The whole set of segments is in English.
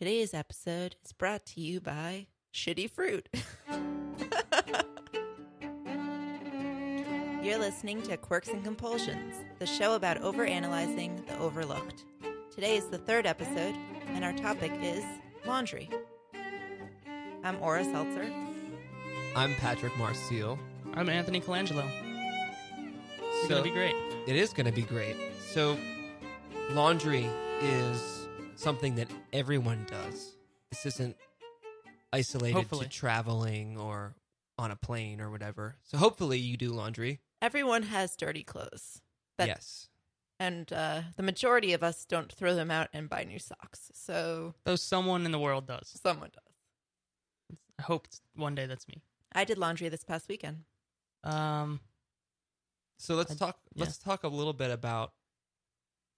Today's episode is brought to you by Shitty Fruit. You're listening to Quirks and Compulsions, the show about overanalyzing the overlooked. Today is the third episode, and our topic is laundry. I'm Aura Seltzer. I'm Patrick Marseille. I'm Anthony Colangelo. It's So- gonna be great. It is going to be great. So, laundry is something that everyone does. This isn't isolated Hopefully. to traveling or on a plane or whatever. So, hopefully, you do laundry. Everyone has dirty clothes, That- yes. and uh, the majority of us don't throw them out and buy new socks. So Though someone in the world does. someone does. I hope it's- one day that's me. I did laundry this past weekend. Um, So let's I- talk. Let's talk a little bit about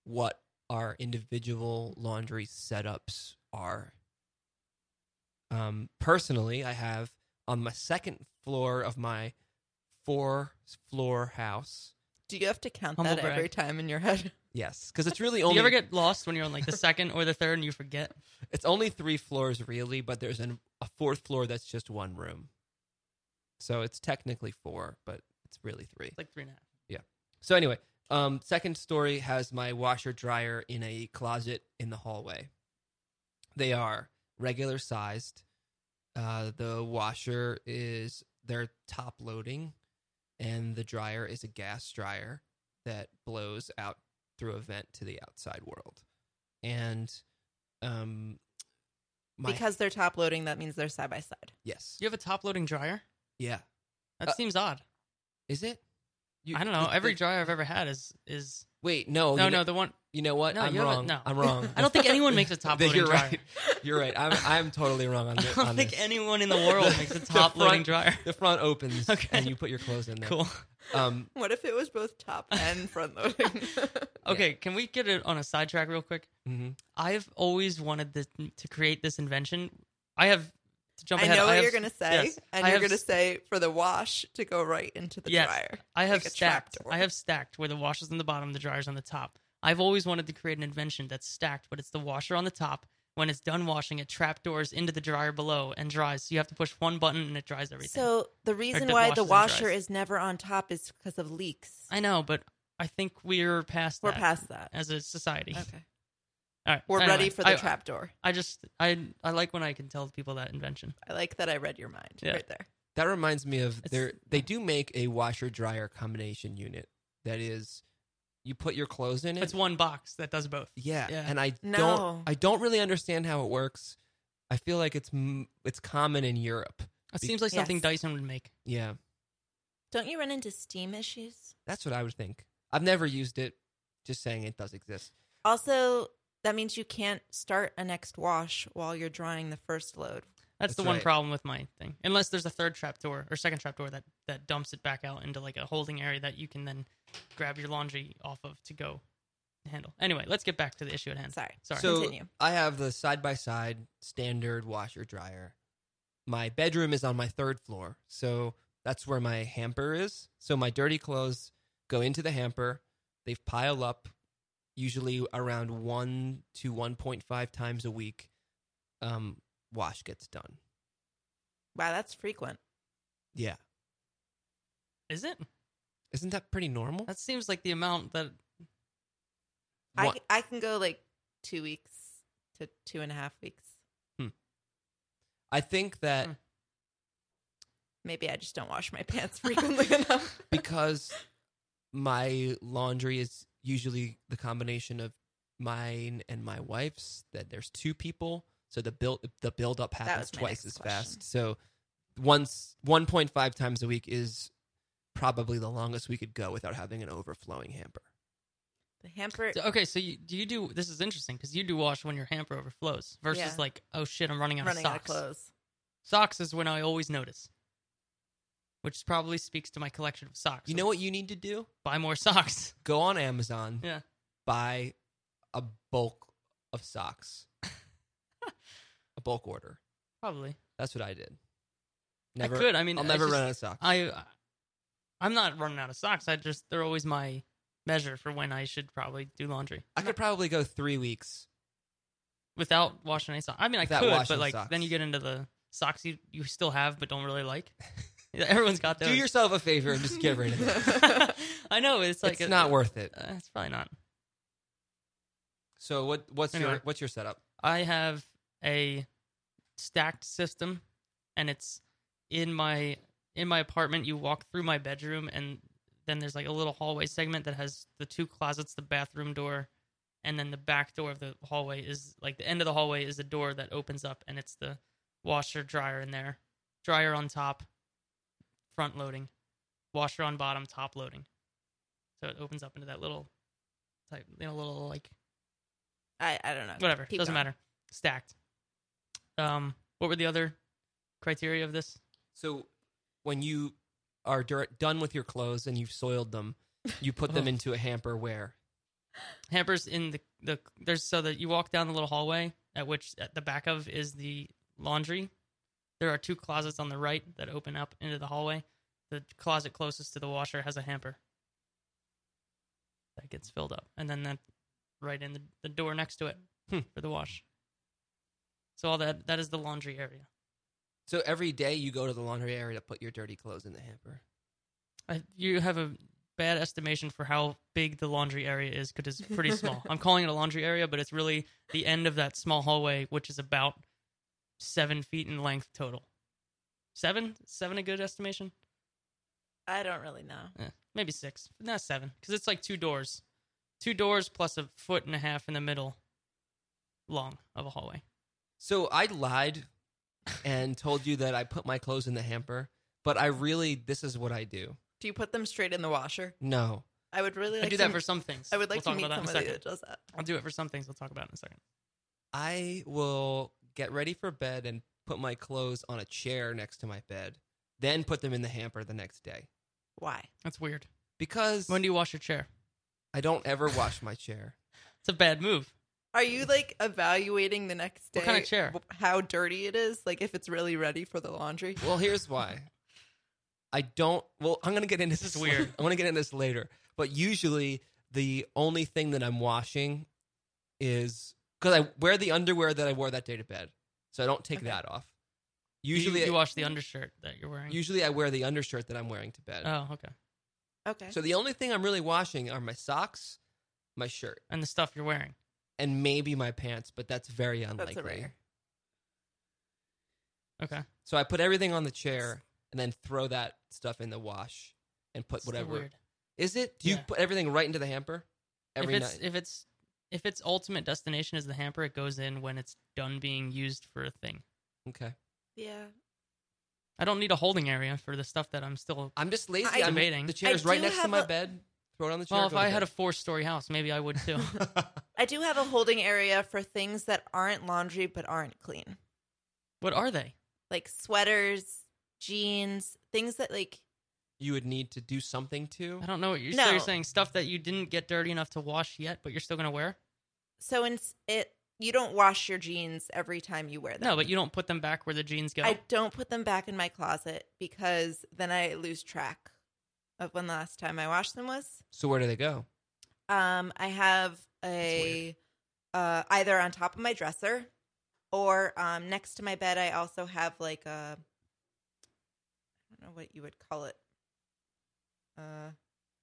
what our individual laundry setups are. Um, personally, I have on my second floor of my four floor house. Do you have to count Humble that brag. every time in your head? Yes, because it's really do only you ever get lost when you're on like the second or the third and you forget? it's only three floors really, but there's an, a fourth floor that's just one room. So it's technically four, but it's really three. It's like three and a half. So anyway, um, second story has my washer dryer in a closet in the hallway. They are regular sized. Uh, the washer is they're top loading, and the dryer is a gas dryer that blows out through a vent to the outside world. And um, my, because they're top loading, that means they're side by side. yes, You have a top loading dryer? yeah, That Uh, seems odd. is it? You, I don't know. the- Every the- dryer I've ever had is is wait, no, no you know, no the one You know what? No, I'm you haven't- wrong. no. I'm wrong. I don't think anyone makes a top loading You're dryer. right. You're right. I'm I'm totally wrong on, I thi- don't on think this. anyone in the world makes a The top loading front- dryer. the front opens Okay. and you put your clothes in there. Cool. Um, What if it was both top and front loading? Okay, can we get it on a sidetrack real quick? mhm. I've always wanted this, to create this invention. I have to jump I ahead. know what have- you're gonna say, yes. and I you're have gonna s- say for the wash to go right into the Yes. dryer. I have like a stacked. trapdoor. I have stacked where the washer's on the bottom, the dryer's on the top. I've always wanted to create an invention that's stacked, but it's the washer on the top. When it's done washing, it trapdoors into the dryer below and dries. So you have to push one button and it dries everything. So the reason the why the washes and washer dries. is never on top is because of leaks. I know, but I think we're past We're that past that. as a society. Okay, All right, we're anyway, ready for the I, trapdoor. I just I I like when I can tell people that invention. I like that I read your mind Yeah. right there. That reminds me of It's- there. They do make a washer dryer combination unit. That is, you put your clothes in it. It's one box that does both. yeah, yeah. and I No. don't. I don't really understand how it works. I feel like it's m- it's common in Europe. It Be- seems like something Yes. Dyson would make. Yeah, Don't you run into steam issues? that's what I would think. I've never used it. Just saying, it does exist. Also, that means you can't start a next wash while you're drawing the first load. That's, That's the one right. problem with my thing. Unless there's a third trap door or second trap door that that dumps it back out into like a holding area that you can then grab your laundry off of to go handle. Anyway, let's get back to the issue at hand. Sorry. Sorry. So Continue. I have the side by side standard washer dryer. My bedroom is on my third floor, so that's where my hamper is. So my dirty clothes go into the hamper. They pile up, usually around one to one point five times a week. Um, wash gets done. Wow, that's frequent. Yeah, Is it? isn't that pretty normal? That seems like the amount that I, One- c- I can go like two weeks to two and a half weeks. I think that Hmm. Maybe I just don't wash my pants frequently enough. because my laundry is usually the combination of mine and my wife's that there's two people so the build the build up happens was my twice next as question. fast so once 1.5 times a week is probably the longest we could go without having an overflowing hamper The hamper. So- okay, so you do you do this is interesting because you do wash when your hamper overflows versus Yeah. like, oh shit, I'm running out running of out of socks. clothes. Socks is when I always notice. Which probably speaks to my collection of socks. you know what you need to do buy more socks. go on amazon Yeah. buy a bulk of socks a bulk order Probably. that's what i did never I could. I mean, i'll I never just- run out of socks I I'm not running out of socks. I just they're always my measure for when I should probably do laundry. I could probably go three weeks without washing any socks. I mean, I Without could, washing but like socks. then you get into the socks you, you still have but don't really like. Yeah, Everyone's got those. Do yourself a favor and just get rid of it. I know it's like it's not worth it. Uh, it's probably not. So what? What's your Anyway. what's your setup? I have a stacked system, and it's in my in my apartment. You walk through my bedroom, and then there's like a little hallway segment that has the two closets, the bathroom door, and then the back door of the hallway is like the end of the hallway is a door that opens up, and it's the washer dryer in there, dryer on top, front loading, washer on bottom, top loading. So it opens up into that little type, you know, little like I, I don't know. whatever Keep doesn't going. matter stacked um what were the other criteria of this So when you are dur- done with your clothes and you've soiled them, you put them Oh. into a hamper where hampers in the the there's so that you walk down the little hallway at which at the back of is the laundry there are two closets on the right that open up into the hallway the closet closest to the washer has a hamper that gets filled up and then that right in the, the door next to it Hmm. for the wash so all that that is the laundry area So every day you go to the laundry area to put your dirty clothes in the hamper. I, you have a bad estimation for how big the laundry area is because it's pretty small. I'm calling it a laundry area, but it's really the end of that small hallway, which is about seven feet in length total. Seven? Seven a good estimation? I don't really know. Eh, maybe six. Not seven because it's like two doors. Two doors plus a foot and a half in the middle long of a hallway. So I lied and told you that I put my clothes in the hamper, but I really this is what I do. Do you put them straight in the washer? No. I would really like I do to that for some things. I would like we'll to meet talk about that in a somebody second. that does that. I'll do it for some things. We'll talk about it in a second. I will get ready for bed and put my clothes on a chair next to my bed, then put them in the hamper the next day. Why? That's weird. Because When do you wash your chair? I don't ever wash my chair. It's a bad move. Are you like evaluating the next day What kind of chair? w- how dirty it is? Like if it's really ready for the laundry? Well, here's why. I don't. Well, I'm gonna get into this. is weird. I'm gonna get into this later. But usually, the only thing that I'm washing is because I wear the underwear that I wore that day to bed, so I don't take Okay. that off. You- Usually, you, wash the undershirt that you're wearing. usually I wear the undershirt that I'm wearing to bed. oh, okay. Okay. So the only thing I'm really washing are my socks, my shirt, And the stuff you're wearing. and maybe my pants. But that's very unlikely. That's a rare. Okay. So I put everything on the chair and then throw that stuff in the wash and put It's still whatever. Weird. Is it? Do you Yeah. put everything right into the hamper every if it's night? if it's if its ultimate destination is the hamper, it goes in when it's done being used for a thing. okay. yeah. I don't need a holding area for the stuff that I'm still. I'm just lazy. I- I'm Debating. The chair's I right do next to have my a- bed. Throw it on the chair. Well, if I had a four story house, maybe I would too. a. I do have a holding area for things that aren't laundry but aren't clean. what are they? Like sweaters, jeans, things that like you would need to do something to. I don't know what you're, No. so you're saying. Stuff that you didn't get dirty enough to wash yet, but you're still gonna wear. so in it you don't wash your jeans every time you wear them. No, but you don't put them back where the jeans go. I don't put them back in my closet because then I lose track of when the last time I washed them was. So where do they go? Um, I have a uh, either on top of my dresser or um, next to my bed. I also have like a I don't know what you would call it. Uh,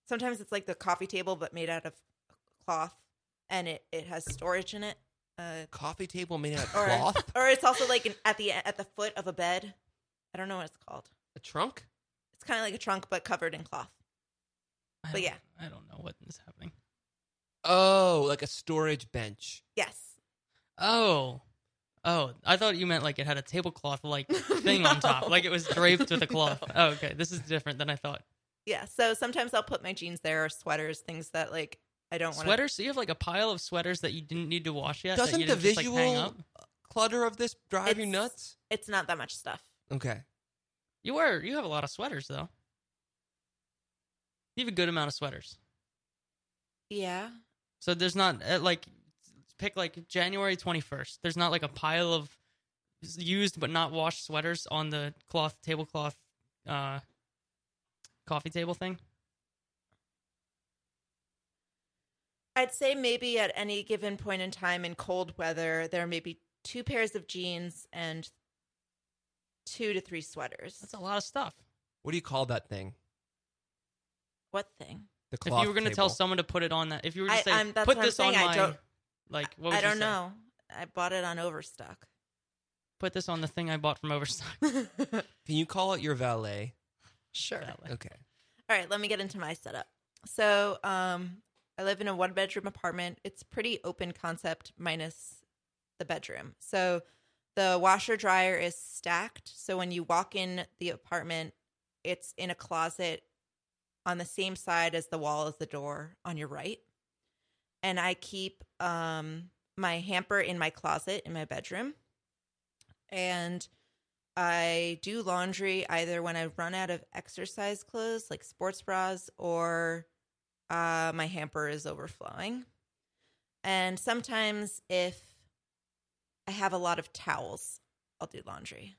sometimes it's like the coffee table, but made out of cloth, and it it has storage in it. Uh, Coffee table made out of Or- cloth? or it's also like an, at the at the foot of a bed. I don't know what it's called. a trunk? It's kind of like a trunk, but covered in cloth. I but don't- yeah. I don't know what is happening. Oh, like a storage bench. Yes. Oh. Oh, I thought you meant like it had a tablecloth like thing on No. top, like it was draped with a cloth. No. Oh, okay. This is different than I thought. Yeah. So sometimes I'll put my jeans there or sweaters, things that like I don't want Sweaters? So you have like a pile of sweaters that you didn't need to wash yet. that Doesn't you the didn't just, like, visual hang up? clutter of this drive you It's- nuts? It's not that much stuff. Okay. You wear. You have a lot of sweaters though. You have a good amount of sweaters. Yeah. So there's not uh, like pick like January 21st. There's not like a pile of used but not washed sweaters on the cloth tablecloth uh coffee table thing. I'd say maybe at any given point in time in cold weather, there may be two pairs of jeans and two to three sweaters. That's a lot of stuff. What do you call that thing? What thing? The If cloth. you were going to tell table. someone to put it on that, if you were I- to say, I'm- that's put what I'm this on saying, I my, don't- like, what would I you don't say? know. I bought it on Overstock. Put this on the thing I bought from Overstock. can you call it your valet? sure. Valet. Okay. All right, let me get into my setup. So, um, I live in a one bedroom apartment. It's pretty open concept, minus the bedroom. So, the washer dryer is stacked. So, when you walk in the apartment, it's in a closet on the same side as the wall as the door on your right. And I keep um, my hamper in my closet in my bedroom. And I do laundry either when I run out of exercise clothes, like sports bras, or uh, my hamper is overflowing. And sometimes, if I have a lot of towels, I'll do laundry.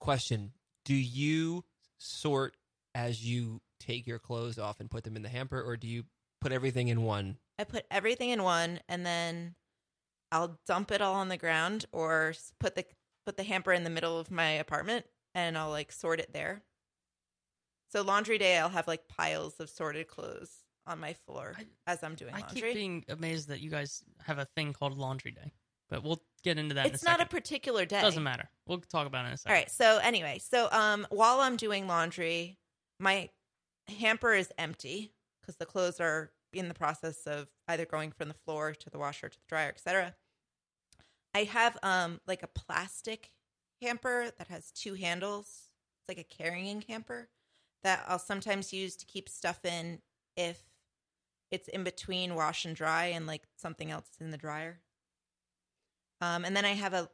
Question: Do you sort as you take your clothes off and put them in the hamper, or do you put everything in one? I put everything in one, and then I'll dump it all on the ground, or s- put the put the hamper in the middle of my apartment, and I'll like sort it there. So laundry day, I'll have like piles of sorted clothes on my floor I- as I'm doing I laundry. keep being amazed that you guys have a thing called Laundry Day, but we'll get into that. it's in a not a second. particular day. Doesn't matter. We'll talk about it in a second. All right. So anyway, so um, while I'm doing laundry, my hamper is empty because the clothes are in the process of either going from the floor to the washer to the dryer, etc. I have um like a plastic hamper that has two handles. It's like a carrying hamper that I'll sometimes use to keep stuff in if it's in between wash and dry and like something else is in the dryer. Um, and then I have a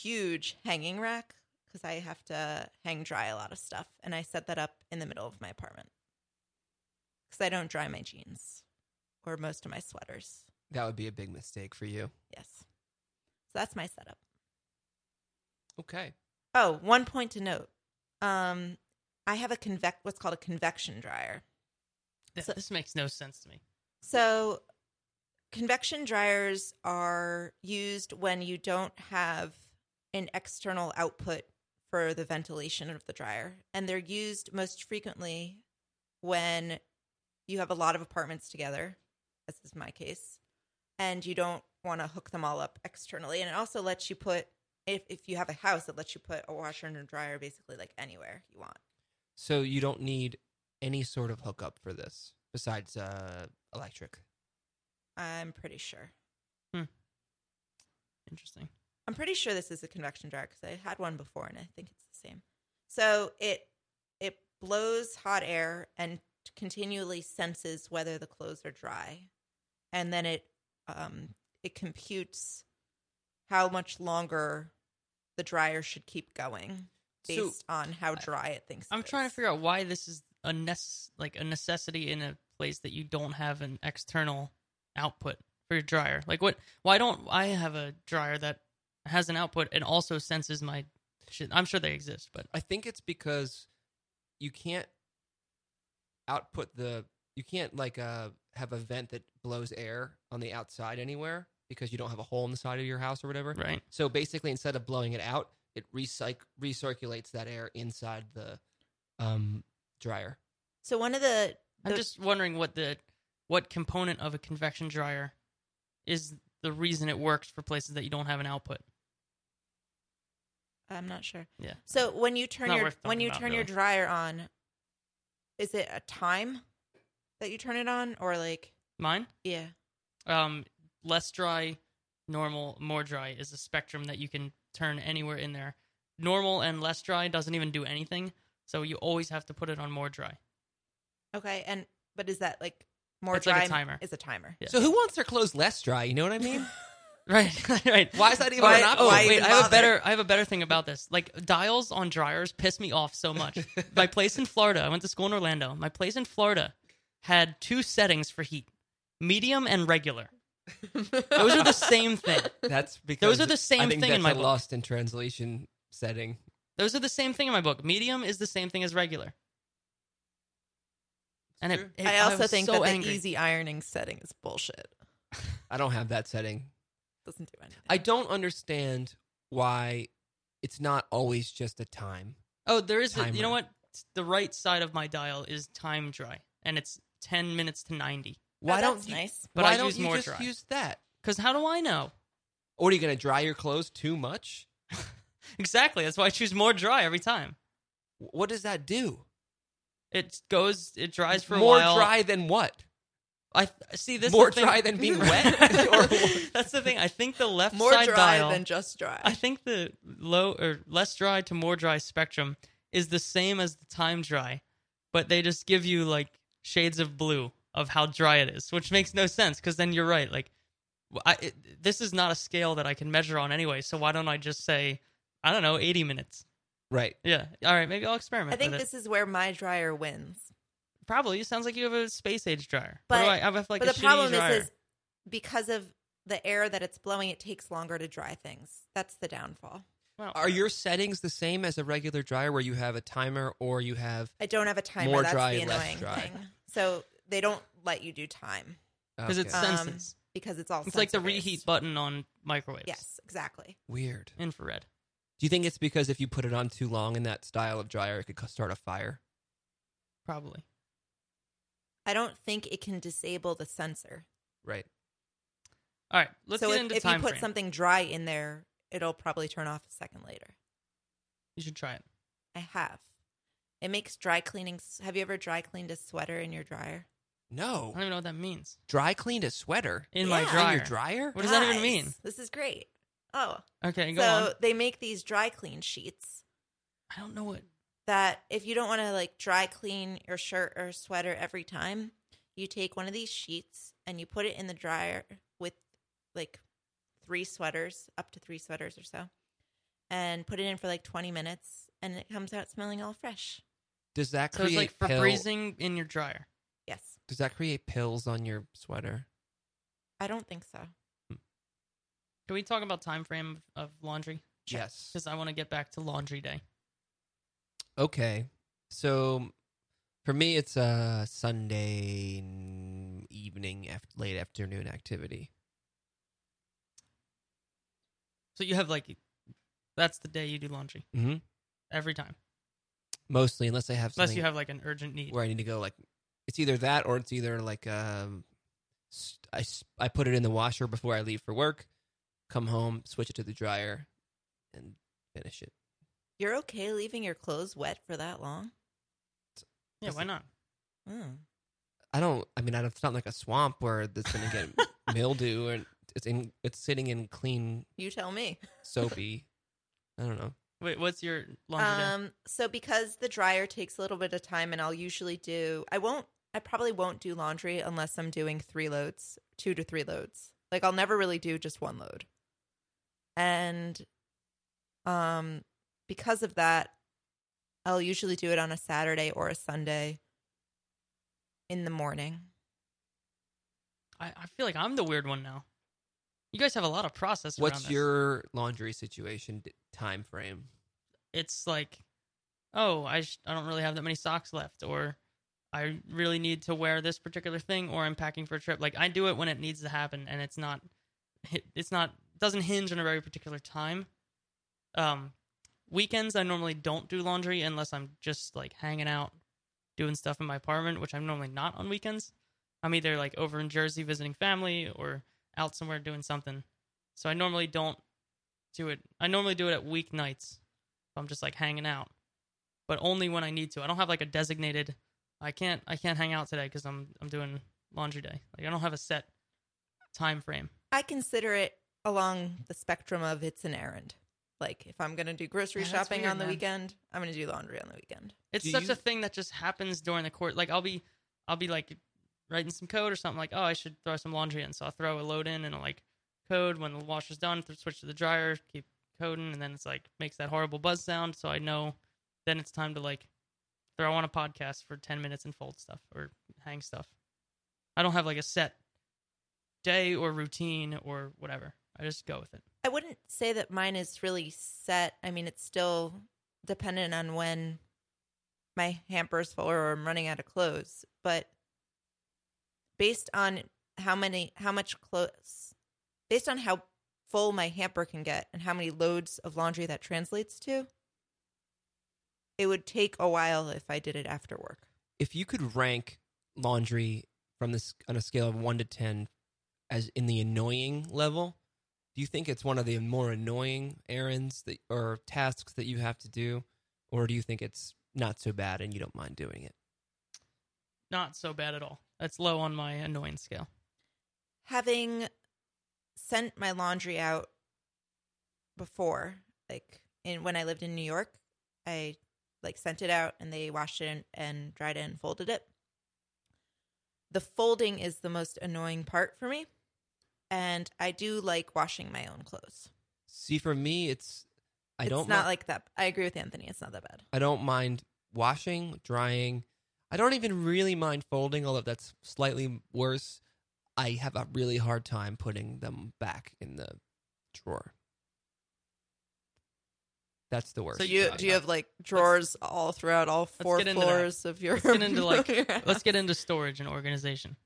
huge hanging rack because I have to hang dry a lot of stuff. And I set that up in the middle of my apartment because I don't dry my jeans or most of my sweaters. That would be a big mistake for you. Yes. So that's my setup. Okay. Oh, one point to note. Um, I have a convec what's called a convection dryer. Th- So- this makes no sense to me. So, convection dryers are used when you don't have an external output for the ventilation of the dryer. And they're used most frequently when you have a lot of apartments together, as is my case, and you don't want to hook them all up externally. And it also lets you put, if, if you have a house, it lets you put a washer and a dryer basically like anywhere you want. So you don't need any sort of hookup for this besides uh, electric. I'm pretty sure. Interesting. I'm pretty sure this is a convection dryer because I had one before and I think it's the same. So it it blows hot air and continually senses whether the clothes are dry, and then it um, it computes how much longer the dryer should keep going So- based on how dry it thinks. I'm trying to figure out why this is a nece- like a necessity in a place that you don't have an external output for your dryer. Like what? Why don't I have a dryer that has an output and also senses my shit? I'm sure they exist, but I think it's because you can't output the you can't like uh have a vent that blows air on the outside anywhere because you don't have a hole in the side of your house or whatever. right. So basically, instead of blowing it out, it recyc- recirculates that air inside the um, dryer. So one of the I'm the- just wondering what the what component of a convection dryer is the reason it works for places that you don't have an output. I'm not sure. Yeah. So when you turn Not your worth when talking you about, turn your really. dryer on, is it a time that you turn it on or like Mine. yeah? um, less dry, normal, more dry is a spectrum that you can turn anywhere in there. Normal and less dry doesn't even do anything, so you always have to put it on more dry. Okay, and but is that like more It's dry? like a timer. Is a timer. Yeah. So who wants their clothes less dry? You know what I mean? Right, right. Why is that even Why- an option? Oh, why wait, even I have a bother? better I have a better thing about this. Like dials on dryers piss me off so much. my place in Florida, I went to school in Orlando. My place in Florida had two settings for heat. Medium and regular. Those are the same thing. That's because Those are the same I think thing that's in my a book. lost in translation setting. Those are the same thing in my book. Medium is the same thing as regular. And it, true. it- I also was think so that the angry. easy ironing setting is bullshit. I don't have that setting. Doesn't do anything. I don't understand why it's not always just a time. Oh, there is. A, you Timer. know what? The right side of my dial is time dry, and it's ten minutes to ninety. Why oh, don't that's you? nice? But why I don't use you more just dry. use that? Because how do I know? Or are you going to dry your clothes too much? Exactly. That's why I choose more dry every time. What does that do? It goes. It dries for a More while. dry than what? I see this is More the thing- dry than being wet? Or what? That's the thing. I think the left More side dry dial. than just dry. I think the low or less dry to more dry spectrum is the same as the time dry, but they just give you like shades of blue of how dry it is, which makes no sense because then you're right. Like, w- I, it- this is not a scale that I can measure on anyway. So why don't I just say, I don't know, 80 minutes? Right. Yeah. All right. Maybe I'll experiment. I think with it. this is where my dryer wins. probably it sounds like you have a space age dryer. But- What do I, I have like a but the shitty problem dryer. is, is because of the air that it's blowing, it takes longer to dry things. That's the downfall. Well, Are your settings the same as a regular dryer where you have a timer or you have. I don't have a timer. More That's dry, the less annoying dry. thing. So they don't let you do time because it's Okay. Um, senses. because it's all. it's like the sensor-based. reheat button on microwaves. Um, Yes, exactly. weird. Infrared. Do you think it's because if you put it on too long in that style of dryer, it could co- start a fire? Probably. I don't think it can disable the sensor. Right. All right, let's so get if, into if time you put frame. something dry in there, it'll probably turn off a second later. you should try it. I have. It makes dry cleaning. s- Have you ever dry cleaned a sweater in your dryer? I No. don't even know what that means. Dry cleaned a sweater In Yeah. my In in dryer. Oh. your dryer? What does that even Guys, mean? This is great. Oh, Okay, go so on. they make these dry clean sheets I don't know what. that if you don't want to like dry clean your shirt or sweater every time, you take one of these sheets and you put it in the dryer with like three sweaters, up to three sweaters or so, and put it in for like 20 minutes and it comes out smelling all fresh. Does that So it's create like for pill- freezing in your dryer. Yes. Does that create pills on your sweater? I don't think so. Can we talk about time frame of laundry? Yes. Because I want to get back to laundry day. Okay. So for me, it's a Sunday n- evening, af- late afternoon activity. So you have like, that's the day you do laundry Mm-hmm. every time, Mostly, unless I have unless something you have like an urgent need. where I need to go. Like, it's either that or it's either like um, s- I, s- I put it in the washer before I leave for work, come home, switch it to the dryer, and finish it. You're okay leaving your clothes wet for that long? Yeah, why not? Mm. I don't. I mean, I don't, it's not like a swamp where that's going to get mildew and it's in. It's sitting in clean, You tell me. soapy. I don't know. Wait, what's your laundry day? Um, so because the dryer takes a little bit of time, and I'll usually do, I won't, I probably won't do laundry unless I'm doing three loads, two to three loads. Like I'll never really do just one load. And, um, because of that, I'll usually do it on a Saturday or a Sunday in the morning. I, I feel like I'm the weird one now. You guys have a lot of process. around What's this. your laundry situation d- time frame? it's like, oh, I sh- I don't really have that many socks left, or I really need to wear this particular thing, or I'm packing for a trip. Like I do it when it needs to happen, and it's not, it's not doesn't hinge on a very particular time. Um, weekends I normally don't do laundry unless I'm just like hanging out, doing stuff in my apartment, which I'm normally not on weekends. I'm either like over in Jersey visiting family or out somewhere doing something. So I normally don't do it. I normally do it at weeknights if I'm just like hanging out, but only when I need to. I don't have like a designated. I can't. I can't hang out today because I'm I'm doing laundry day. Like I don't have a set time frame. I consider it along the spectrum of it's an errand. Like if I'm going to do grocery Yeah, that's shopping weird, on the man. weekend, I'm going to do laundry on the weekend. It's Do such you- a thing that just happens during the court. Like I'll be, I'll be like writing some code or something. Like oh, I should throw some laundry in, so I'll throw a load in and I'll like code when the washer's done. th- Switch to the dryer, keep coding, and then it's like makes that horrible buzz sound. So I know then it's time to like throw on a podcast for ten minutes and fold stuff or hang stuff. I don't have like a set day or routine or whatever. I just go with it. I wouldn't say that mine is really set. I mean, it's still dependent on when my hamper's full or I'm running out of clothes. But based on how many how much clothes based on how full my hamper can get and how many loads of laundry that translates to it would take a while if i did it after work If you could rank laundry from this on a scale of one to ten as in the annoying level, do you think it's one of the more annoying errands that or tasks that you have to do, or do you think it's not so bad and you don't mind doing it? Not so bad at all. That's low on my annoyance scale. having sent my laundry out before like in when i lived in new york i like sent it out and they washed it and, and dried it and folded it the folding is the most annoying part for me and i do like washing my own clothes See, for me, it's I it's don't not mi- like that i agree with anthony it's not that bad I don't mind washing, drying. I don't even really mind folding, although that's slightly worse. I have a really hard time putting them back in the drawer. That's the worst. so you Uh, do you have like drawers all throughout all four get into that. floors of your get into, like- your house? Let's get into storage and organization.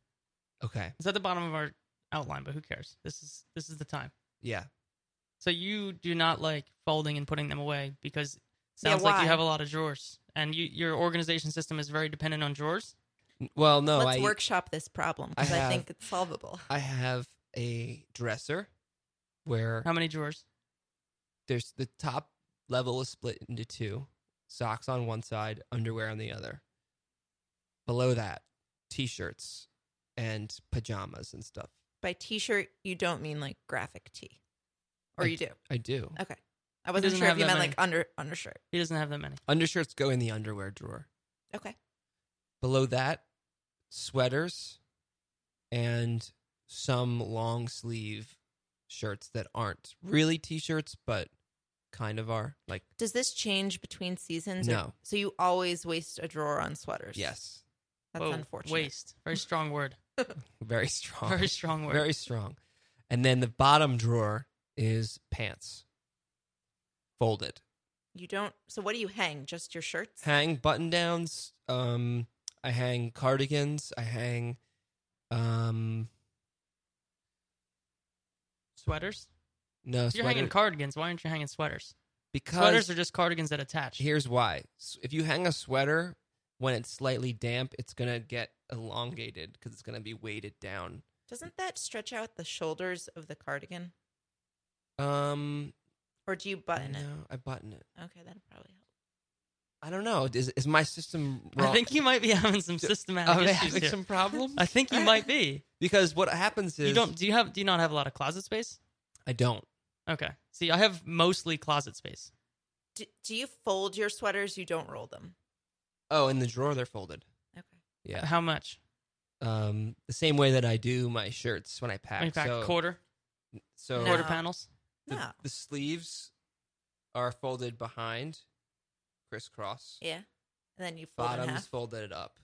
okay? It's at the bottom of our outline, but who cares? This is this is the time. Yeah, So you do not like folding and putting them away because it Yeah, sounds like why? you have a lot of drawers, and you, your organization system is very dependent on drawers. N- well, no, Let's I workshop this problem because I Oh, I, have- think it's solvable. I have a dresser where How many drawers? there's the top level is split into two socks on one side underwear on the other below that t-shirts and pajamas and stuff By t-shirt, you don't mean like graphic tee, or you do? i do Okay, I wasn't doesn't sure if have you that meant many. like under undershirt. He doesn't have that many. undershirts go in the underwear drawer Okay, below that sweaters and some long sleeve shirts that aren't really t-shirts but kind of are like does this change between seasons? or- No. so you always waste a drawer on sweaters. yes that's Whoa, unfortunate. Oh, Waste. Very strong word. very strong Very strong word. Oh, Very strong. And then the bottom drawer is pants. Folded. You don't. So what do you hang? Just your shirts? Hang button downs. Um I hang cardigans. I hang um Sweaters. no You're sweater- hanging cardigans. Why aren't you hanging sweaters? because Sweaters are just cardigans that attach. here's why. S- If you hang a sweater when it's slightly damp, it's going to get elongated because it's going to be weighted down. Doesn't that stretch out the shoulders of the cardigan, Um or do you button no, I button it. it? Okay, that'll probably help. I don't know. Is is my system wrong? I think you might be having some systematic Am I issues having here. some problems? I think you might be. because what happens is You don't. Do you have? Do you not have a lot of closet space? I don't. Okay. See, I have mostly closet space. Do, do you fold your sweaters? You don't roll them. Oh, in the drawer they're folded. Okay. Yeah. How much? Um, the same way that I do my shirts when I pack. In fact, so, quarter, so No. quarter panels. the, No. the sleeves are folded behind, crisscross. Yeah. And then you fold in Bottoms half. folded up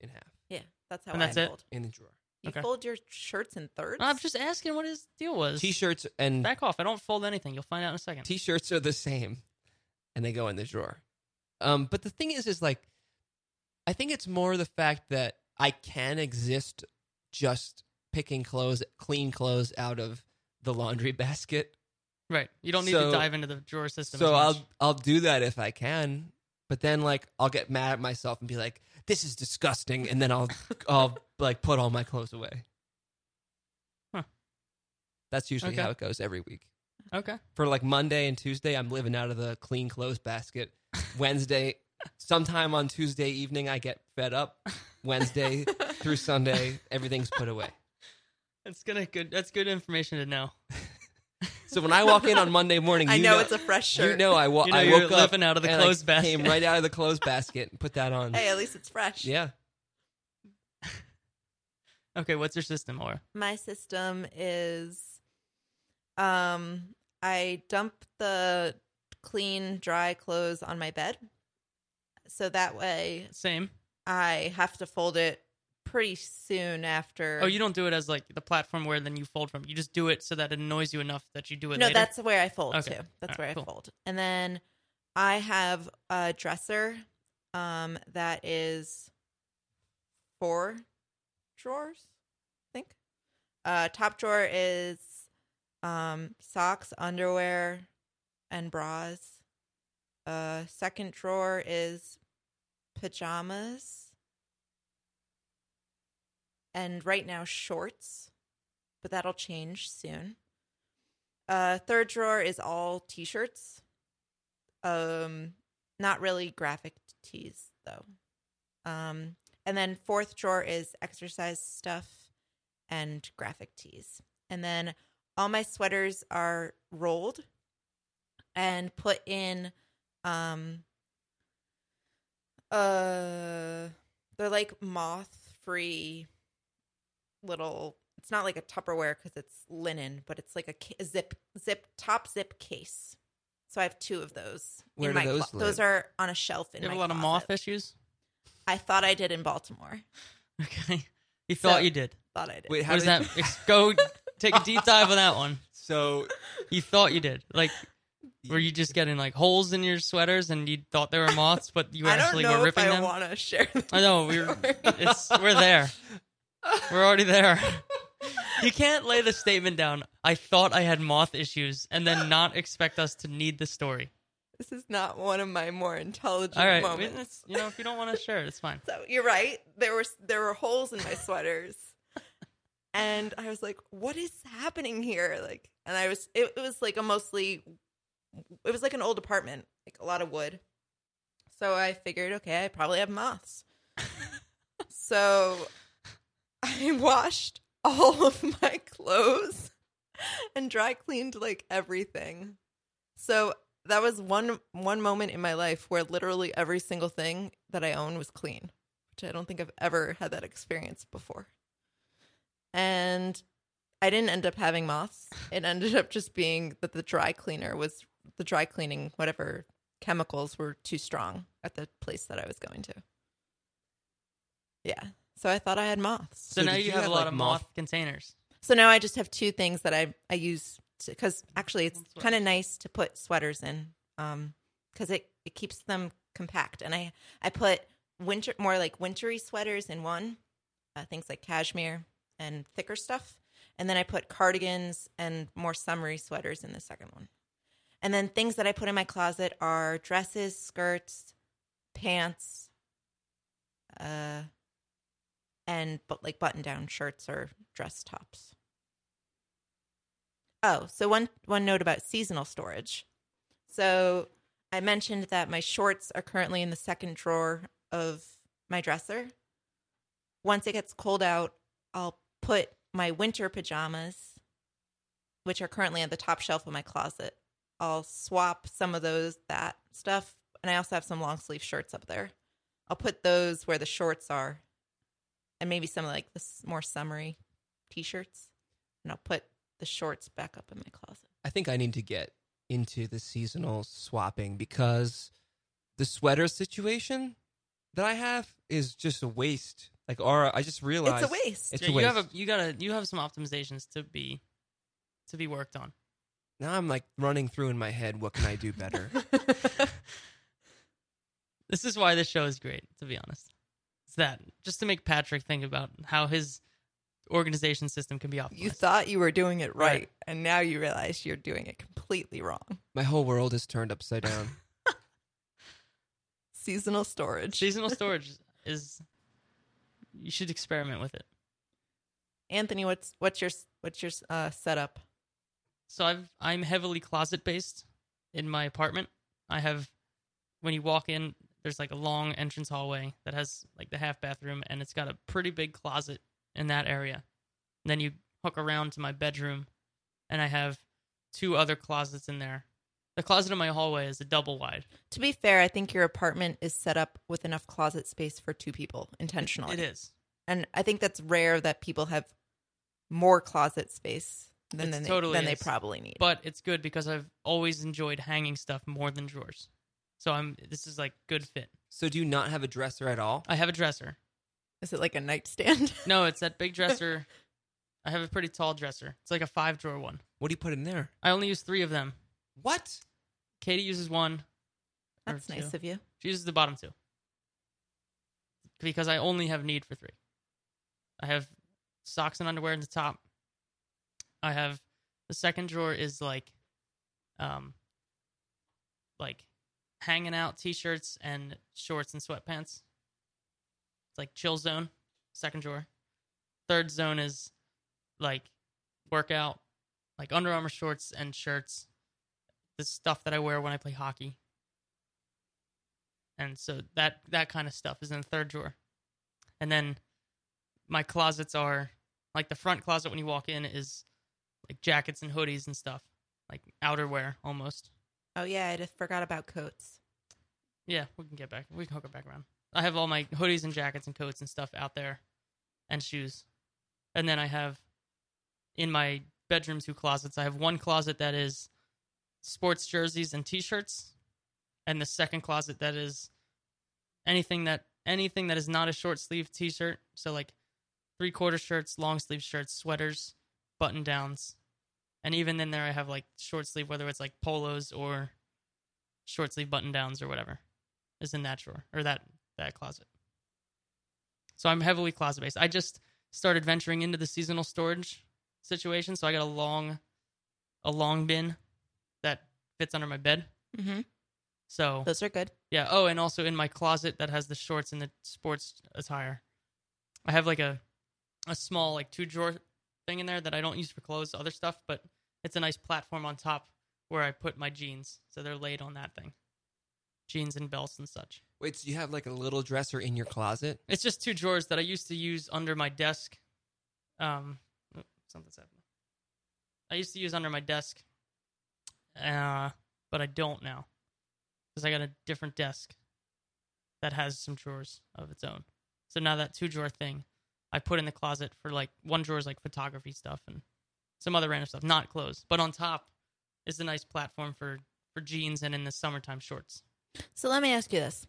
in half Yeah, that's how And I that's it? fold. in the drawer. You Okay. fold your shirts in thirds. I'm just asking what his deal was. T-shirts and Back off. I don't fold anything. You'll find out in a second. t-shirts are the same, and they go in the drawer. Um, but the thing is, is like, I think it's more the fact that I can exist just picking clothes, clean clothes out of the laundry basket right. You don't need So- to dive into the drawer system. So as much. I'll I'll do that if I can, but then like I'll get mad at myself and be like, "This is disgusting," and then I'll I'll like put all my clothes away. Huh. That's usually Okay. how it goes every week. Okay. For like Monday and Tuesday, I'm living out of the clean clothes basket. Wednesday, sometime on Tuesday evening, I get fed up. Wednesday through Sunday, everything's put away. That's gonna good. That's good information to know. So when I walk in on Monday morning, I you know, it's a fresh shirt. You know, I, wa- You know I you're woke up living out of the and I clothes basket. Came right out of the clothes basket and put that on. hey, at least it's fresh. Yeah, Okay. What's your system, Laura? My system is um I dump the clean, dry clothes on my bed. So that way Same. I have to fold it pretty soon after. Oh, you don't do it as like the platform where then you fold from. You just do it so that it annoys you enough that you do it. No, later. that's where I fold Okay. too. That's Alright, where I cool. fold. And then I have a dresser um that is four drawers, I think. Uh, top drawer is um, socks, underwear, and bras. Uh, second drawer is pajamas. And right now, shorts, but that'll change soon. Uh, third drawer is all t shirts. Um, not really graphic tees, though. Um, and then fourth drawer is exercise stuff and graphic tees. And then all my sweaters are rolled and put in um uh they're like moth free little it's not like a Tupperware cuz it's linen, but it's like a, ca- zip zip top zip case. So I have two of those. Where in do my those clo- those live? are on a shelf in You have my a lot of moth closet. issues. I thought I did in Baltimore. Okay, you thought So- you did. Thought I did. Wait, how What is did that? Ex- Go take a deep dive on that one. So You thought you did. Like, were you just getting like holes in your sweaters and you thought they were moths, but you I actually don't know were ripping if I them? want to share. This I know we're story. it's, we're there. We're already there. You can't lay the statement down. I thought I had moth issues, and then not expect us to need the story. This is not one of my more intelligent All right, we- moments. it's- you know if you don't want to share, it, it's fine. So you're right. There were there were holes in my sweaters, and I was like, "What is happening here?" Like, and I was it, it was like a mostly it was like an old apartment, like a lot of wood. So I figured, okay, I probably have moths. so I washed all of my clothes and dry cleaned like everything. So that was one one moment in my life where literally every single thing that I own was clean, which I don't think I've ever had that experience before. And I didn't end up having moths. It ended up just being that the dry cleaner was the dry cleaning whatever chemicals were too strong at the place that I was going to. Yeah. So I thought I had moths. So, So now did you you have, have, a lot like, of moth- moth containers. So now I just have two things that I I use because actually it's Sweaters. kind of nice to put sweaters in um because it it keeps them compact and I I put winter more like wintry sweaters in one uh, things like cashmere and thicker stuff and then I put cardigans and more summery sweaters in the second one and then things that I put in my closet are dresses skirts pants uh and but like button down shirts or dress tops. Oh, so one one note about seasonal storage. So I mentioned that my shorts are currently in the second drawer of my dresser. Once it gets cold out, I'll put my winter pajamas, which are currently on the top shelf of my closet. I'll swap some of those that stuff, and I also have some long sleeve shirts up there. I'll put those where the shorts are and maybe some like the s- more summery t-shirts and i'll put the shorts back up in my closet I think I need to get into the seasonal swapping because the sweater situation that I have is just a waste. Like, Aura, I just realized it's a waste It's Yeah, a you have a waste. you you gotta you have some optimizations to be to be worked on. now I'm like running through in my head. What can I do better? This is why this show is great, to be honest. It's that just to make Patrick think about how his organization system can be optimized. you thought you were doing it right, Right. and now you realize you're doing it completely wrong my whole world is turned upside down. seasonal storage Seasonal storage is you should experiment with it. anthony what's what's your s- what's your s- uh setup So I've I'm heavily closet based in my apartment. I have when you walk in, there's like a long entrance hallway that has like the half bathroom and it's got a pretty big closet in that area. And then you hook around to my bedroom and I have two other closets in there. The closet in my hallway is a double wide. to be fair i think your apartment is set up with enough closet space for two people intentionally It is. and i think that's rare that people have more closet space than, It's than, they, totally than they is. probably need But it's good because I've always enjoyed hanging stuff more than drawers. So I'm this is like good fit. so, do you not have a dresser at all? I have a dresser. is it like a nightstand No, it's that big dresser. I have a pretty tall dresser. It's like a five drawer one. What do you put in there? I only use three of them. What? Katie uses one. or That's nice two. of you. She uses the bottom two. Because I only have need for three. I have socks and underwear in the top, I have the second drawer is like, um, like hanging out t-shirts and shorts and sweatpants. It's like chill zone. Second drawer. Third zone is like workout, like Under Armour shorts and shirts. The stuff that I wear when I play hockey. And so that that kind of stuff is in the third drawer. And then my closets are like the front closet when you walk in is like jackets and hoodies and stuff, like outerwear almost. Oh yeah, I just forgot about coats. Yeah, we can get back. We can hook it back around. I have all my hoodies and jackets and coats and stuff out there, and shoes, and then I have in my bedroom two closets. I have one closet that is sports jerseys and t-shirts, and the second closet that is anything that anything that is not a short sleeve t-shirt. So like three quarter shirts, long sleeve shirts, sweaters, button downs, and even in there I have like short sleeve, whether it's like polos or short sleeve button downs or whatever, is in that drawer or that that closet. So I'm heavily closet based. I just started venturing into the seasonal storage situation, so I got a long, a long bin that fits under my bed. Mm-hmm. So Those are good. yeah. Oh, and also in my closet that has the shorts and the sports attire. I have like a a small like two drawer thing in there that I don't use for clothes, other stuff, but it's a nice platform on top where I put my jeans. So they're laid on that thing. Jeans and belts and such. Wait, so you have like a little dresser in your closet? It's just two drawers that I used to use under my desk. Um, oh, something's happening. I used to use under my desk, uh, but I don't now because I got a different desk that has some drawers of its own. So now that two drawer thing, I put in the closet for like one drawer is like photography stuff and some other random stuff, not clothes. But on top is a nice platform for for jeans and in the summertime shorts. So let me ask you this: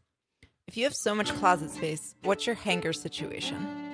If you have so much closet space, what's your hanger situation?